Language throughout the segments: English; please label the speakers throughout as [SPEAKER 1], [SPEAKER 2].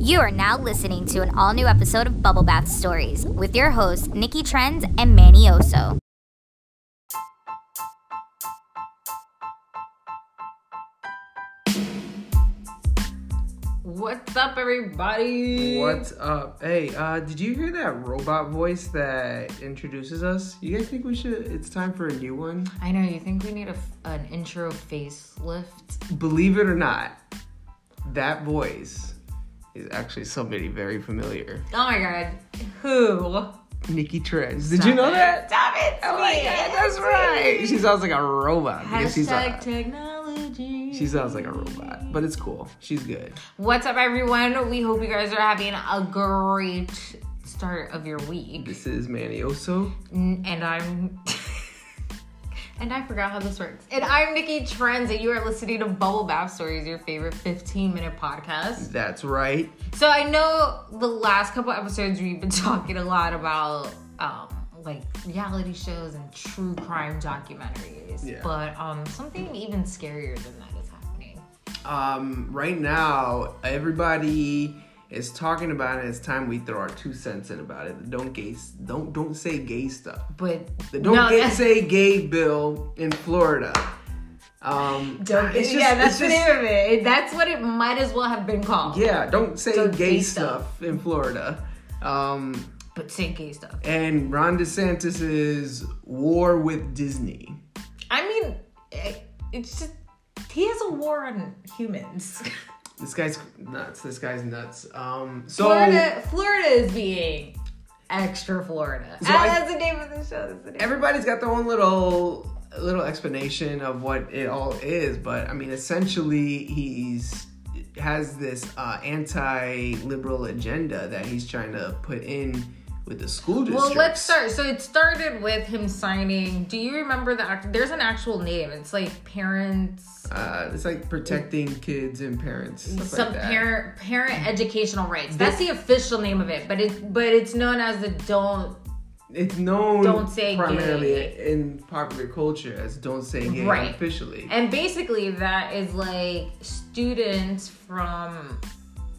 [SPEAKER 1] You are now listening to an all new episode of Bubble Bath Stories with your hosts, Nikki Trends and Manny Oso.
[SPEAKER 2] What's up, everybody?
[SPEAKER 3] What's up? Hey, uh, did you hear that robot voice that introduces us? You guys think we should? It's time for a new one.
[SPEAKER 2] I know you think we need a, f- an intro facelift.
[SPEAKER 3] Believe it or not, that voice is actually somebody very familiar.
[SPEAKER 2] Oh my god, who?
[SPEAKER 3] Nikki Trez. Did you know that?
[SPEAKER 2] Stop it!
[SPEAKER 3] Oh my God, that's right. She sounds like a robot. because she's
[SPEAKER 2] Hashtag
[SPEAKER 3] a,
[SPEAKER 2] technology.
[SPEAKER 3] she sounds like a robot, but it's cool. She's good.
[SPEAKER 2] What's up, everyone? We hope you guys are having a great start of your week.
[SPEAKER 3] This is Manny Oso.
[SPEAKER 2] N- And I'm. And I forgot how this works. And I'm Nikki Trends, and you are listening to Bubble Bath Stories, your favorite 15 minute podcast.
[SPEAKER 3] That's right.
[SPEAKER 2] So I know the last couple episodes we've been talking a lot about um, like reality shows and true crime documentaries,
[SPEAKER 3] Yeah.
[SPEAKER 2] but um, something even scarier than that is happening.
[SPEAKER 3] um, right now everybody is talking about it. It's time we throw our two cents in about it. Don't gay, don't don't say gay stuff.
[SPEAKER 2] But
[SPEAKER 3] The don't
[SPEAKER 2] no,
[SPEAKER 3] gay,
[SPEAKER 2] that-
[SPEAKER 3] say gay bill in Florida. Um,
[SPEAKER 2] don't
[SPEAKER 3] it's
[SPEAKER 2] yeah, that's
[SPEAKER 3] just-
[SPEAKER 2] the
[SPEAKER 3] it's just-
[SPEAKER 2] name of it. That's what it might as well have been called.
[SPEAKER 3] yeah. Don't say
[SPEAKER 2] Don't
[SPEAKER 3] gay,
[SPEAKER 2] gay stuff.
[SPEAKER 3] stuff. in Florida. Um,
[SPEAKER 2] But say gay stuff.
[SPEAKER 3] and Ron DeSantis's war with Disney.
[SPEAKER 2] I mean, it, it's just he has a war on humans.
[SPEAKER 3] This guy's nuts. This guy's nuts. Um, so
[SPEAKER 2] Florida, Florida is being extra Florida.
[SPEAKER 3] So I-
[SPEAKER 2] Ah, that's the name of the show. That's the name.
[SPEAKER 3] everybody's got their own little little explanation of what it all is but i mean essentially he's has this uh, anti-liberal agenda that he's trying to put in with the school districts.
[SPEAKER 2] Well, let's start. So it started with him signing. Do you remember the? act- There's an actual name. It's like parents,
[SPEAKER 3] Uh, it's like protecting kids and parents. Stuff
[SPEAKER 2] some
[SPEAKER 3] like that. Mm-hmm.
[SPEAKER 2] parent parent educational rights. That's the official name of it, but it but it's known as the don't
[SPEAKER 3] It's known
[SPEAKER 2] Don't say
[SPEAKER 3] primarily
[SPEAKER 2] gay.
[SPEAKER 3] in popular culture as "Don't Say Gay"
[SPEAKER 2] Right.
[SPEAKER 3] officially.
[SPEAKER 2] And basically, that is like students from,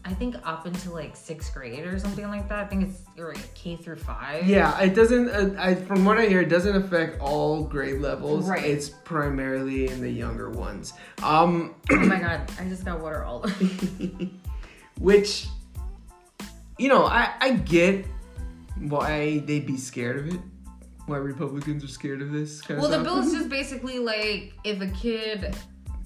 [SPEAKER 2] I think, up until like sixth grade or something like that. I think it's you're like K through five.
[SPEAKER 3] Yeah, it doesn't. Uh, I, from what I hear, it doesn't affect all grade levels.
[SPEAKER 2] Right.
[SPEAKER 3] It's primarily in the younger ones. Um,
[SPEAKER 2] Oh my god, I just got water all over.
[SPEAKER 3] which, you know, I I get why they'd be scared of it. Why Republicans are scared of this? Kind
[SPEAKER 2] Well,
[SPEAKER 3] of
[SPEAKER 2] the bill is just basically like if a kid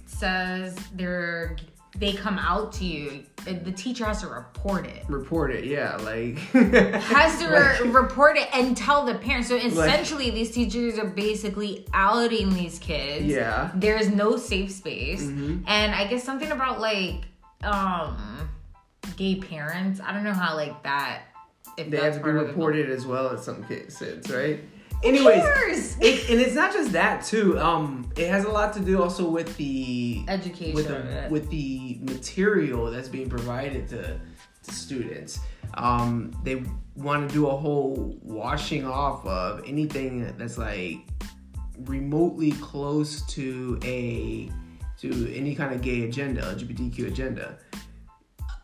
[SPEAKER 2] says they're they come out to you, the teacher has to report it.
[SPEAKER 3] report it. Yeah, like
[SPEAKER 2] Has to
[SPEAKER 3] Like-
[SPEAKER 2] re- report it and tell the parents. So essentially, these teachers are basically outing these kids.
[SPEAKER 3] Yeah. Mm-hmm.
[SPEAKER 2] there is no safe space, and I guess something about like um gay parents. I don't know how like that. If
[SPEAKER 3] they have
[SPEAKER 2] that's
[SPEAKER 3] to be
[SPEAKER 2] part of the bill.
[SPEAKER 3] reported as well in some cases, right? Anyways,
[SPEAKER 2] Cares?
[SPEAKER 3] it, and it's not just that too. Um, it has a lot to do also with the
[SPEAKER 2] Education
[SPEAKER 3] with
[SPEAKER 2] of
[SPEAKER 3] the,
[SPEAKER 2] it.
[SPEAKER 3] with the material that's being provided to, to students. Um, they want to do a whole washing off of anything that's like remotely close to a to any kind of gay agenda, LGBTQ agenda.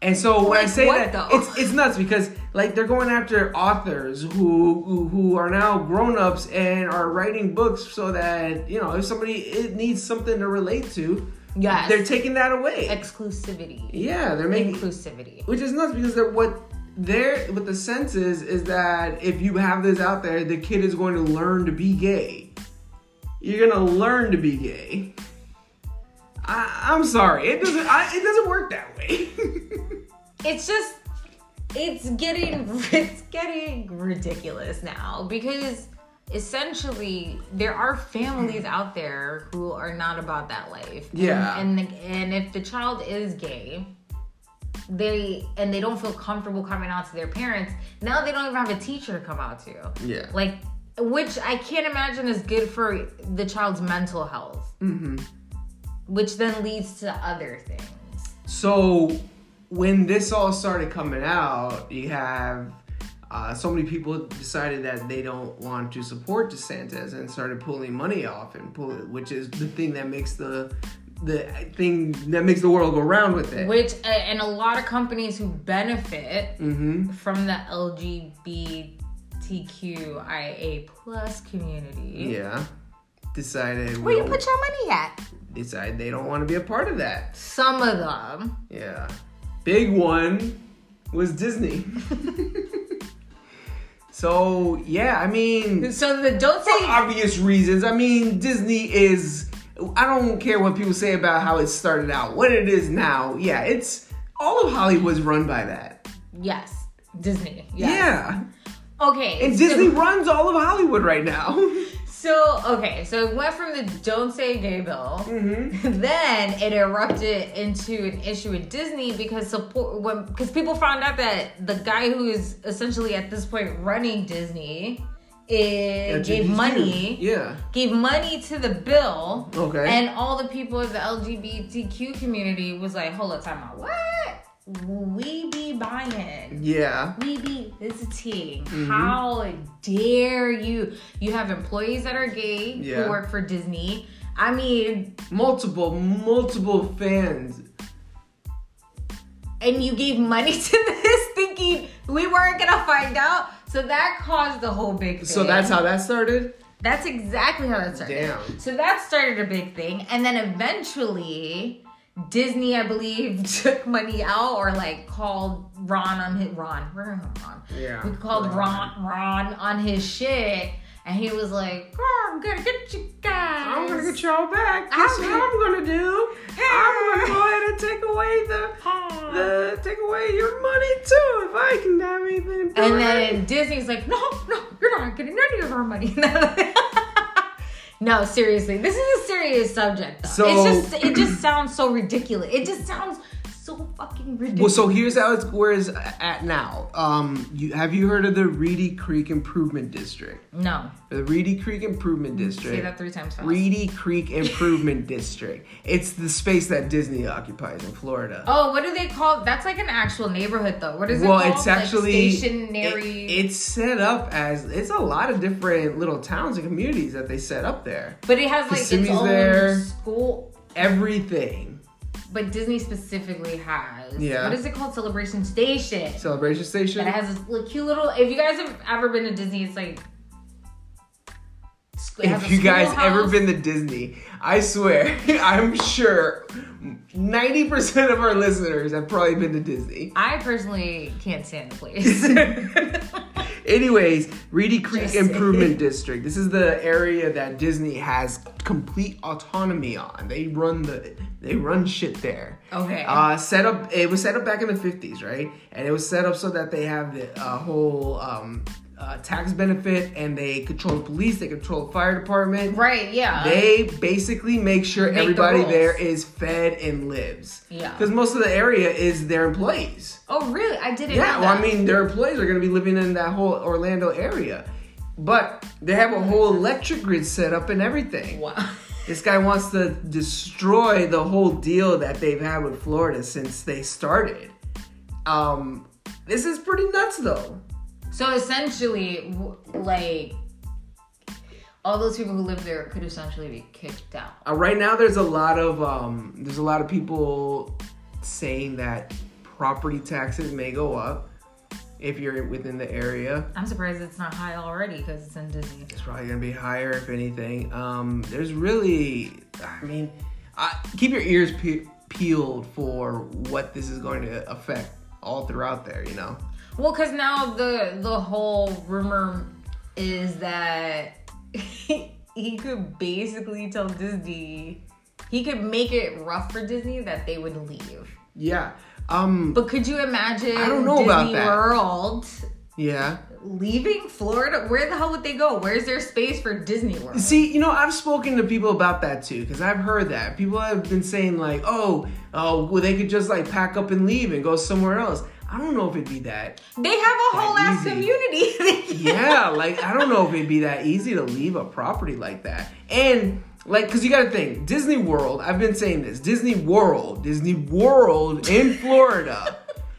[SPEAKER 3] And so when I
[SPEAKER 2] Like
[SPEAKER 3] say
[SPEAKER 2] what,
[SPEAKER 3] that,
[SPEAKER 2] though?
[SPEAKER 3] it's it's nuts because like they're going after authors who who, who are now grown ups and are writing books so that you know if somebody it needs something to relate to,
[SPEAKER 2] Yes.
[SPEAKER 3] they're taking that away.
[SPEAKER 2] exclusivity,
[SPEAKER 3] yeah, they're making
[SPEAKER 2] inclusivity.
[SPEAKER 3] which is nuts because they're what they're what the sense is is that if you have this out there, the kid is going to learn to be gay. You're gonna learn to be gay. I, I'm sorry, it doesn't I, it doesn't work that way.
[SPEAKER 2] it's just it's getting it's getting ridiculous now because essentially there are families out there who are not about that life
[SPEAKER 3] Yeah.
[SPEAKER 2] and and, the, and if the child is gay they and they don't feel comfortable coming out to their parents now they don't even have a teacher to come out to
[SPEAKER 3] Yeah.
[SPEAKER 2] like which i can't imagine is good for the child's mental health mm-hmm. which then leads to other things
[SPEAKER 3] So when this all started coming out, you have uh, so many people decided that they don't want to support DeSantis and started pulling money off and pull, which is the thing that makes the the thing that makes the world go round with it.
[SPEAKER 2] Which uh, and a lot of companies who benefit
[SPEAKER 3] Mm-hmm.
[SPEAKER 2] from the LGBTQIA plus community.
[SPEAKER 3] Yeah. Decided
[SPEAKER 1] Where
[SPEAKER 3] we
[SPEAKER 1] you put your money at?
[SPEAKER 3] decide they don't want to be a part of that.
[SPEAKER 2] Some of them.
[SPEAKER 3] Yeah. Big one was Disney. so yeah, I mean
[SPEAKER 2] So the don't
[SPEAKER 3] for
[SPEAKER 2] say
[SPEAKER 3] obvious reasons. I mean, Disney is. I don't care what people say about how it started out, what it is now. Yeah, it's all of Hollywood's run by that.
[SPEAKER 2] yes. Disney. Yes.
[SPEAKER 3] Yeah,
[SPEAKER 2] Yeah. Okay.
[SPEAKER 3] and
[SPEAKER 2] so-
[SPEAKER 3] Disney runs all of Hollywood right now.
[SPEAKER 2] So okay, so it went from the "Don't Say Gay" bill,
[SPEAKER 3] Mm-hmm.
[SPEAKER 2] then it erupted into an issue with Disney because support when because people found out that the guy who is essentially at this point running Disney is, gave money,
[SPEAKER 3] Yeah,
[SPEAKER 2] gave money to the bill,
[SPEAKER 3] Okay.
[SPEAKER 2] and all the people of the LGBTQ community was like, "Hold up, time out, what? We be buying."
[SPEAKER 3] yeah,
[SPEAKER 2] we be visiting.
[SPEAKER 3] Mm-hmm.
[SPEAKER 2] How dare you? You have employees that are gay
[SPEAKER 3] Yeah.
[SPEAKER 2] who work for Disney. I mean,
[SPEAKER 3] multiple, multiple fans.
[SPEAKER 2] and you gave money to this thinking we weren't gonna find out. So that caused the whole big thing.
[SPEAKER 3] So that's how that started.
[SPEAKER 2] that's exactly how that started.
[SPEAKER 3] Damn.
[SPEAKER 2] So that started a big thing, and then eventually. Disney, I believe, took money out or like called Ron on his Ron. We're gonna call him Ron.
[SPEAKER 3] Yeah,
[SPEAKER 2] We called Ron Ron on his shit, and he was like, "Oh, "I'm gonna get you guys."
[SPEAKER 3] I'm gonna get y'all back. That's
[SPEAKER 2] I'm-
[SPEAKER 3] what I'm gonna do. I'm gonna go ahead and take away the, the take away your money too if I can have anything. to do
[SPEAKER 2] And
[SPEAKER 3] with it.
[SPEAKER 2] then Disney's like, "No, no, you're not getting any of our money." no, seriously, this is a serious subject. Though.
[SPEAKER 3] So-
[SPEAKER 2] it's just it just sounds so ridiculous. It just sounds so fucking ridiculous.
[SPEAKER 3] Well, so here's how it's where it's at now. Um, you, have you heard of the Reedy Creek Improvement District?
[SPEAKER 2] no,
[SPEAKER 3] The Reedy Creek Improvement District.
[SPEAKER 2] say that three times fast.
[SPEAKER 3] Reedy Creek Improvement District. It's the space that Disney occupies in Florida.
[SPEAKER 2] Oh, what do they call? That's like an actual neighborhood, though. What is it
[SPEAKER 3] well,
[SPEAKER 2] called?
[SPEAKER 3] it's
[SPEAKER 2] Like
[SPEAKER 3] actually
[SPEAKER 2] stationary.
[SPEAKER 3] it- it's set up as it's a lot of different little towns and communities that they set up there.
[SPEAKER 2] but it has like its
[SPEAKER 3] Kissimmee's
[SPEAKER 2] own
[SPEAKER 3] there.
[SPEAKER 2] school.
[SPEAKER 3] Everything.
[SPEAKER 2] But Disney specifically has.
[SPEAKER 3] Yeah.
[SPEAKER 2] What is it called? Celebration Station.
[SPEAKER 3] Celebration Station.
[SPEAKER 2] and it has this li- cute little. If you guys have ever been to Disney, it's like. squ- it has
[SPEAKER 3] if
[SPEAKER 2] a
[SPEAKER 3] you guys ever
[SPEAKER 2] schoolhouse.
[SPEAKER 3] been to Disney, I swear, I'm sure 90% of our listeners have probably been to Disney.
[SPEAKER 2] I personally can't stand the place.
[SPEAKER 3] Anyways, Reedy Creek
[SPEAKER 2] Just-
[SPEAKER 3] Improvement District. This is the area that Disney has complete autonomy on. They run the they run shit there.
[SPEAKER 2] Okay.
[SPEAKER 3] Uh, set up. It was set up back in the fifties, right? And it was set up so that they have the uh, whole um, uh, tax benefit, and they control the police, they control the fire department,
[SPEAKER 2] right, yeah.
[SPEAKER 3] They basically make sure
[SPEAKER 2] the
[SPEAKER 3] everybody
[SPEAKER 2] rules.
[SPEAKER 3] there is fed and lives.
[SPEAKER 2] Yeah.
[SPEAKER 3] Because most of the area is their employees.
[SPEAKER 2] oh, really? I didn't
[SPEAKER 3] Yeah,
[SPEAKER 2] know
[SPEAKER 3] well, I
[SPEAKER 2] that.
[SPEAKER 3] mean, their employees are going to be living in that whole Orlando area. But they have a whole electric grid set up and everything.
[SPEAKER 2] Wow.
[SPEAKER 3] This guy wants to destroy the whole deal that they've had with Florida since they started. Um, this is pretty nuts, though.
[SPEAKER 2] So essentially, w- like. All those people who live there could essentially be kicked out.
[SPEAKER 3] Uh, right now, there's a lot of um, there's a lot of people saying that property taxes may go up if you're within the area.
[SPEAKER 2] I'm surprised it's not high already because it's in Disney.
[SPEAKER 3] It's probably gonna be higher if anything. Um, there's really, I mean, I, keep your ears pe- peeled for what this is going to affect all throughout there. You know,
[SPEAKER 2] Well, because now the the whole rumor is that he could basically tell Disney he could make it rough for Disney that they would leave.
[SPEAKER 3] yeah, um,
[SPEAKER 2] But could you imagine
[SPEAKER 3] I don't know
[SPEAKER 2] Disney
[SPEAKER 3] about that.
[SPEAKER 2] World
[SPEAKER 3] yeah.
[SPEAKER 2] leaving Florida? Where the hell would they go? Where's their space for Disney World?
[SPEAKER 3] See, you know, I've spoken to people about that too, because I've heard that people have been saying like, "Oh, oh, well, they could just like pack up and leave and go somewhere else." I don't know if it'd be that.
[SPEAKER 2] They have a whole ass
[SPEAKER 3] easy.
[SPEAKER 2] community.
[SPEAKER 3] Yeah, like I don't know if it'd be that easy to leave a property like that, and like, cause you got to think Disney World. I've been saying this: Disney World, Disney World in Florida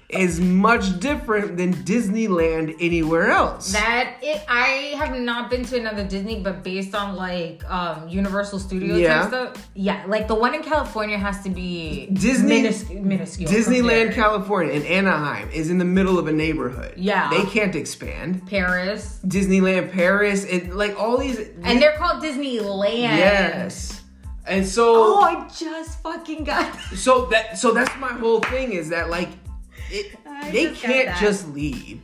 [SPEAKER 3] is much different than Disneyland anywhere else.
[SPEAKER 2] That it, I have not been to another Disney, but based on like um Universal Studios
[SPEAKER 3] Yeah.
[SPEAKER 2] type stuff, yeah, like the one in California has to be
[SPEAKER 3] Disney-
[SPEAKER 2] minuscule, minuscule
[SPEAKER 3] Disneyland,
[SPEAKER 2] compared.
[SPEAKER 3] California, in Anaheim is in the middle of a neighborhood.
[SPEAKER 2] Yeah.
[SPEAKER 3] They can't expand.
[SPEAKER 2] Paris,
[SPEAKER 3] Disneyland Paris, it like all these
[SPEAKER 2] and they're called Disneyland.
[SPEAKER 3] Yes. And so
[SPEAKER 2] Oh, I just fucking got. That.
[SPEAKER 3] so that so that's my whole thing is that like it,
[SPEAKER 2] I
[SPEAKER 3] they
[SPEAKER 2] just got
[SPEAKER 3] can't
[SPEAKER 2] that.
[SPEAKER 3] just leave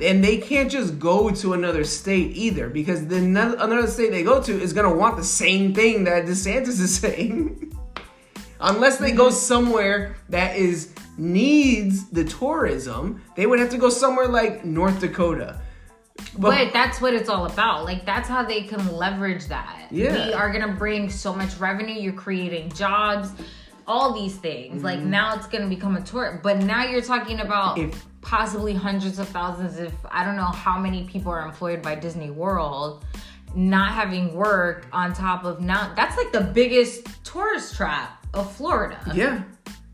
[SPEAKER 3] and they can't just go to another state either because the no- another state they go to is gonna want the same thing that DeSantis is saying unless they
[SPEAKER 2] Mm-hmm.
[SPEAKER 3] go somewhere that is needs the tourism they would have to go somewhere like North Dakota
[SPEAKER 2] But that's what it's all about. Like that's how they can leverage that.
[SPEAKER 3] Yeah.
[SPEAKER 2] We are gonna bring so much revenue. You're creating jobs, all these things. Like now it's gonna become a tour. But now you're talking about
[SPEAKER 3] Mm-hmm. If-
[SPEAKER 2] possibly hundreds of thousands. If I don't know how many people are employed by Disney World, not having work on top of now. That's like the biggest tourist trap of Florida.
[SPEAKER 3] Yeah,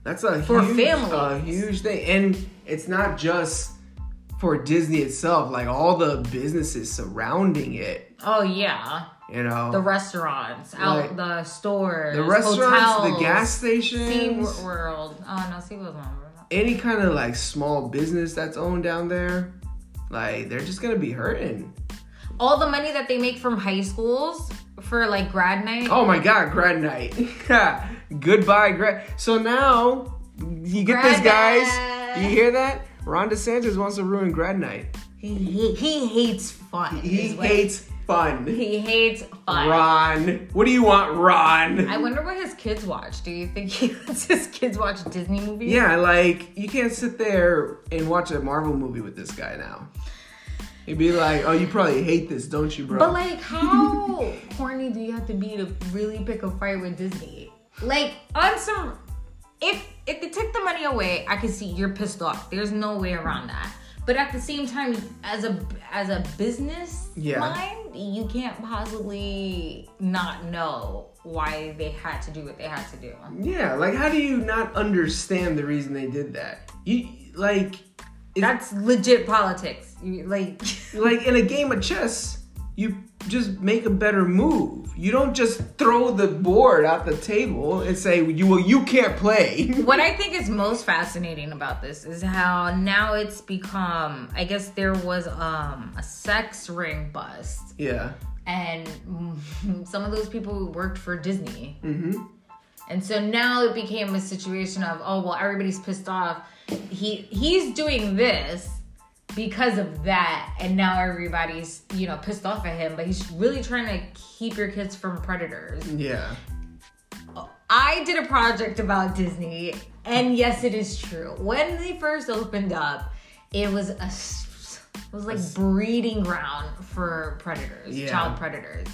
[SPEAKER 3] that's a
[SPEAKER 2] For
[SPEAKER 3] huge,
[SPEAKER 2] families.
[SPEAKER 3] a huge thing, and it's not just for Disney itself. Like all the businesses surrounding it,
[SPEAKER 2] Oh yeah.
[SPEAKER 3] you know,
[SPEAKER 2] The restaurants, out
[SPEAKER 3] Like,
[SPEAKER 2] the stores,
[SPEAKER 3] the restaurants, the
[SPEAKER 2] hotels,
[SPEAKER 3] gas
[SPEAKER 2] Sea
[SPEAKER 3] stations,
[SPEAKER 2] World. Oh no, Sea World's not.
[SPEAKER 3] any kind of like small business that's owned down there. Like they're just gonna be hurting.
[SPEAKER 2] All the money that they make from high schools for like grad night.
[SPEAKER 3] Oh my God, grad night. Goodbye, grad. So now you get this,
[SPEAKER 2] Grad
[SPEAKER 3] guys.
[SPEAKER 2] night.
[SPEAKER 3] You hear that? Ron DeSantis wants to ruin grad night.
[SPEAKER 2] He, he, he hates fun.
[SPEAKER 3] He
[SPEAKER 2] is what-
[SPEAKER 3] hates fun.
[SPEAKER 2] He hates fun.
[SPEAKER 3] Ron. What do you want, Ron?
[SPEAKER 2] I wonder what his kids watch. Do you think he lets his kids watch Disney movies?
[SPEAKER 3] yeah, like you can't sit there and watch a Marvel movie with this guy now. He'd be like, "Oh, you probably hate this, don't you, bro?"
[SPEAKER 2] But like, how horny do you have to be to really pick a fight with Disney? Like, on some, if if they took the money away, I could see you're pissed off. There's no way around that. But at the same time, as a as a business
[SPEAKER 3] Yeah.
[SPEAKER 2] mind, you can't possibly not know why they had to do what they had to do.
[SPEAKER 3] yeah, like how do you not understand the reason they did that? You like, it-
[SPEAKER 2] That's legit politics. You, like,
[SPEAKER 3] like in a game of chess, you just make a better move. You don't just throw the board out the table and say, "You well, you can't play."
[SPEAKER 2] what I think is most fascinating about this is how now it's become. I guess there was um, a sex ring bust,
[SPEAKER 3] yeah,
[SPEAKER 2] and mm, some of those people worked for Disney. Mm-hmm. And so now it became a situation of, oh well, everybody's pissed off. He he's doing this because of that, and now everybody's you know pissed off at him. But he's really trying to keep your kids from predators.
[SPEAKER 3] yeah.
[SPEAKER 2] I did a project about Disney, and yes, it is true. When they first opened up, it was a s- it was like breeding ground for predators,
[SPEAKER 3] Yeah.
[SPEAKER 2] child predators.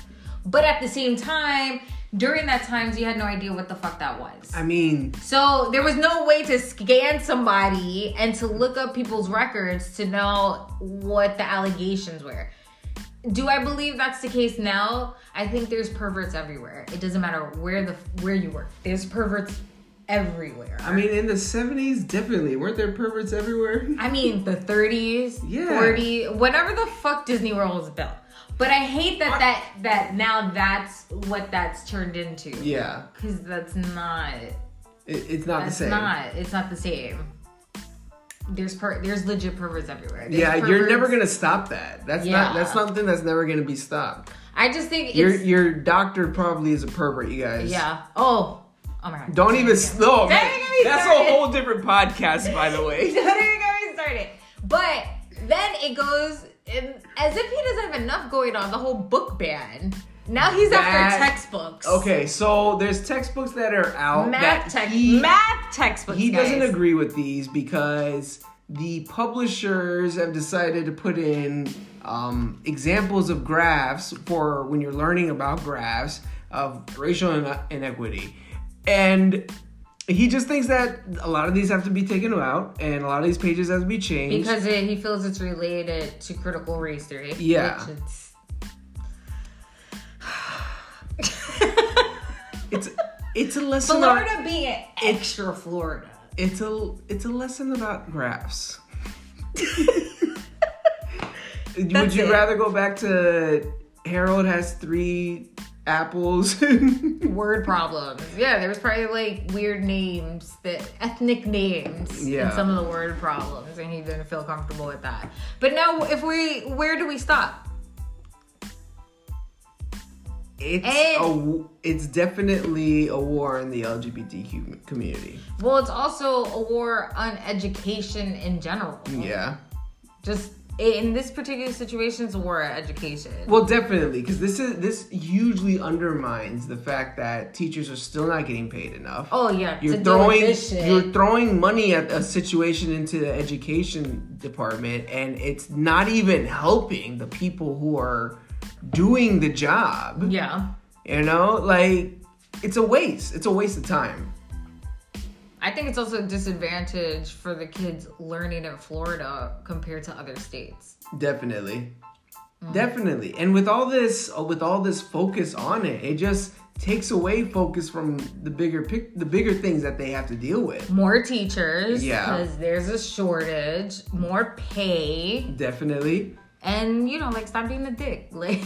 [SPEAKER 2] But at the same time, during that time, you had no idea what the fuck that was.
[SPEAKER 3] I mean,
[SPEAKER 2] So there was no way to scan somebody and to look up people's records to know what the allegations were. Do I believe that's the case now? I think there's perverts everywhere. It doesn't matter where the where you work. There's perverts everywhere.
[SPEAKER 3] I mean, in the '70s, definitely weren't there perverts everywhere?
[SPEAKER 2] I mean, the 30s,
[SPEAKER 3] Yeah.
[SPEAKER 2] 40, whenever the fuck Disney World was built. But I hate that that that now that's what that's turned into.
[SPEAKER 3] Yeah,
[SPEAKER 2] Cuz that's not
[SPEAKER 3] it, it's not
[SPEAKER 2] That's
[SPEAKER 3] the same.
[SPEAKER 2] not. It's not the same. There's per. There's legit perverts everywhere. There's
[SPEAKER 3] yeah, you're
[SPEAKER 2] perverts-
[SPEAKER 3] never gonna stop that. That's
[SPEAKER 2] Yeah.
[SPEAKER 3] not. That's something that's never gonna be stopped.
[SPEAKER 2] I just think it's.
[SPEAKER 3] Your your doctor probably is a pervert, you guys.
[SPEAKER 2] yeah. Oh. Oh my god.
[SPEAKER 3] Don't even. No,
[SPEAKER 2] Don't
[SPEAKER 3] man,
[SPEAKER 2] even get me
[SPEAKER 3] that's a
[SPEAKER 2] started.
[SPEAKER 3] whole different podcast, by the way.
[SPEAKER 2] Don't even get me started. But then it goes in, as if he doesn't have enough going on. The whole book ban. Now he's
[SPEAKER 3] That-
[SPEAKER 2] after textbooks.
[SPEAKER 3] Okay, so there's textbooks that are out that
[SPEAKER 2] Math text.
[SPEAKER 3] he-
[SPEAKER 2] math textbooks.
[SPEAKER 3] He doesn't
[SPEAKER 2] guys.
[SPEAKER 3] agree with these because the publishers have decided to put in um, examples of graphs for when you're learning about graphs of racial ine- inequity. And he just thinks that a lot of these have to be taken out and a lot of these pages have to be changed.
[SPEAKER 2] because it, he feels it's related to critical race theory.
[SPEAKER 3] Yeah.
[SPEAKER 2] Which it's,
[SPEAKER 3] it's it's a lesson on-
[SPEAKER 2] Florida being extra Florida.
[SPEAKER 3] It's a it's a lesson about graphs. Would
[SPEAKER 2] That's
[SPEAKER 3] you
[SPEAKER 2] it.
[SPEAKER 3] rather go back to Harold has three apples?
[SPEAKER 2] Word problems. Yeah, there was probably like weird names, that ethnic names in
[SPEAKER 3] Yeah.
[SPEAKER 2] some of the word problems, and he didn't feel comfortable with that. But now, if we, where do we stop?
[SPEAKER 3] It's
[SPEAKER 2] Eh.
[SPEAKER 3] a w- it's definitely a war in the LGBTQ community.
[SPEAKER 2] Well, it's also a war on education in general.
[SPEAKER 3] Yeah.
[SPEAKER 2] Just in this particular situation, it's a war on education.
[SPEAKER 3] Well, definitely, because this is this hugely undermines the fact that teachers are still not getting paid enough.
[SPEAKER 2] Oh yeah,
[SPEAKER 3] you're
[SPEAKER 2] to deal with
[SPEAKER 3] throwing
[SPEAKER 2] this shit.
[SPEAKER 3] you're throwing money at a situation into the education department, and it's not even helping the people who are doing the job.
[SPEAKER 2] yeah,
[SPEAKER 3] You know, like it's a waste. It's a waste of time.
[SPEAKER 2] I think it's also a disadvantage for the kids learning in Florida compared to other states.
[SPEAKER 3] Definitely.
[SPEAKER 2] Mm-hmm.
[SPEAKER 3] Definitely. And with all this uh, with all this focus on it, it just takes away focus from the bigger pic- the bigger things that they have to deal with.
[SPEAKER 2] More teachers,
[SPEAKER 3] Yeah.
[SPEAKER 2] because there's a shortage. More pay,
[SPEAKER 3] Definitely.
[SPEAKER 2] and you know, like stop being a dick. Like,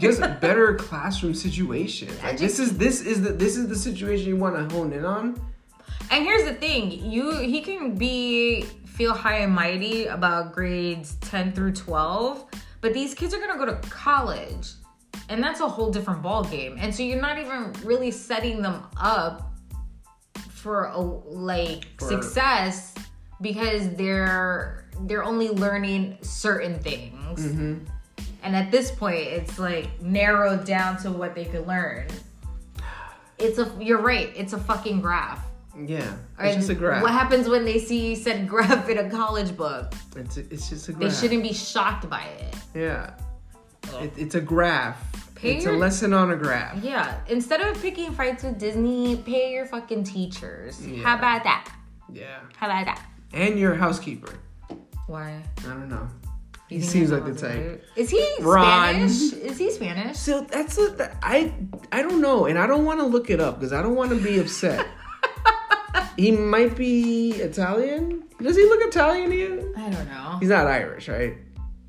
[SPEAKER 3] Just better classroom situations. Like, this is this is the this is the situation you want to hone in on.
[SPEAKER 2] and here's the thing: you he can be feel high and mighty about grades ten through twelve, but these kids are gonna go to college, and that's a whole different ball game. And so you're not even really setting them up for a like
[SPEAKER 3] For-
[SPEAKER 2] success because they're they're only learning certain things and at this point it's like narrowed down to what they could learn it's a you're right it's a fucking graph
[SPEAKER 3] Yeah. It's
[SPEAKER 2] And
[SPEAKER 3] just a graph.
[SPEAKER 2] what happens when they see said graph in a college book
[SPEAKER 3] It's, it's just a
[SPEAKER 2] they
[SPEAKER 3] graph.
[SPEAKER 2] shouldn't be shocked by it
[SPEAKER 3] yeah. It, it's a graph.
[SPEAKER 2] Pay
[SPEAKER 3] it's a
[SPEAKER 2] your-
[SPEAKER 3] lesson on a graph.
[SPEAKER 2] yeah instead of picking fights with disney pay your fucking teachers how
[SPEAKER 3] Yeah.
[SPEAKER 2] about that
[SPEAKER 3] Yeah.
[SPEAKER 2] how about that
[SPEAKER 3] And your housekeeper.
[SPEAKER 2] why
[SPEAKER 3] I don't know.
[SPEAKER 2] Do
[SPEAKER 3] He
[SPEAKER 2] you think
[SPEAKER 3] seems
[SPEAKER 2] he's
[SPEAKER 3] like the
[SPEAKER 2] Muslim,
[SPEAKER 3] type.
[SPEAKER 2] right? Is he
[SPEAKER 3] Ron.
[SPEAKER 2] Spanish? Is he Spanish?
[SPEAKER 3] So that's a, th- I I don't know, and I don't want to look it up because I don't want to be upset. he might be Italian. Does he look Italian to you?
[SPEAKER 2] I don't know.
[SPEAKER 3] He's not Irish, right?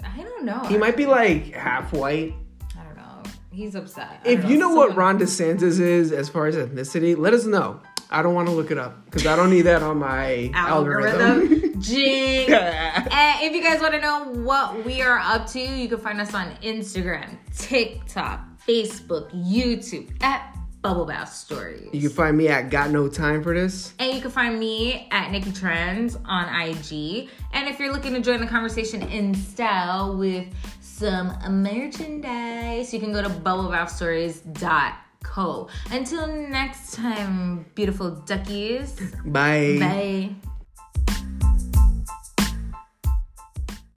[SPEAKER 2] I don't know.
[SPEAKER 3] He might be like half white.
[SPEAKER 2] I don't know. He's upset. I
[SPEAKER 3] If
[SPEAKER 2] don't
[SPEAKER 3] you know what
[SPEAKER 2] Someone-
[SPEAKER 3] Ron DeSantis is as far as ethnicity, let us know. I don't want to look it up because I don't need that on my algorithm.
[SPEAKER 2] algorithm, jig. And if you guys want to know what we are up to, you can find us on Instagram, TikTok, Facebook, YouTube at Bubble Bath Stories.
[SPEAKER 3] you can find me at Got No Time for This.
[SPEAKER 2] And you can find me at Nikki Trends on IG. And if you're looking to join the conversation in style with some merchandise, you can go to bubblewrapstories.co. Until next time, beautiful duckies.
[SPEAKER 3] Bye.
[SPEAKER 2] Bye.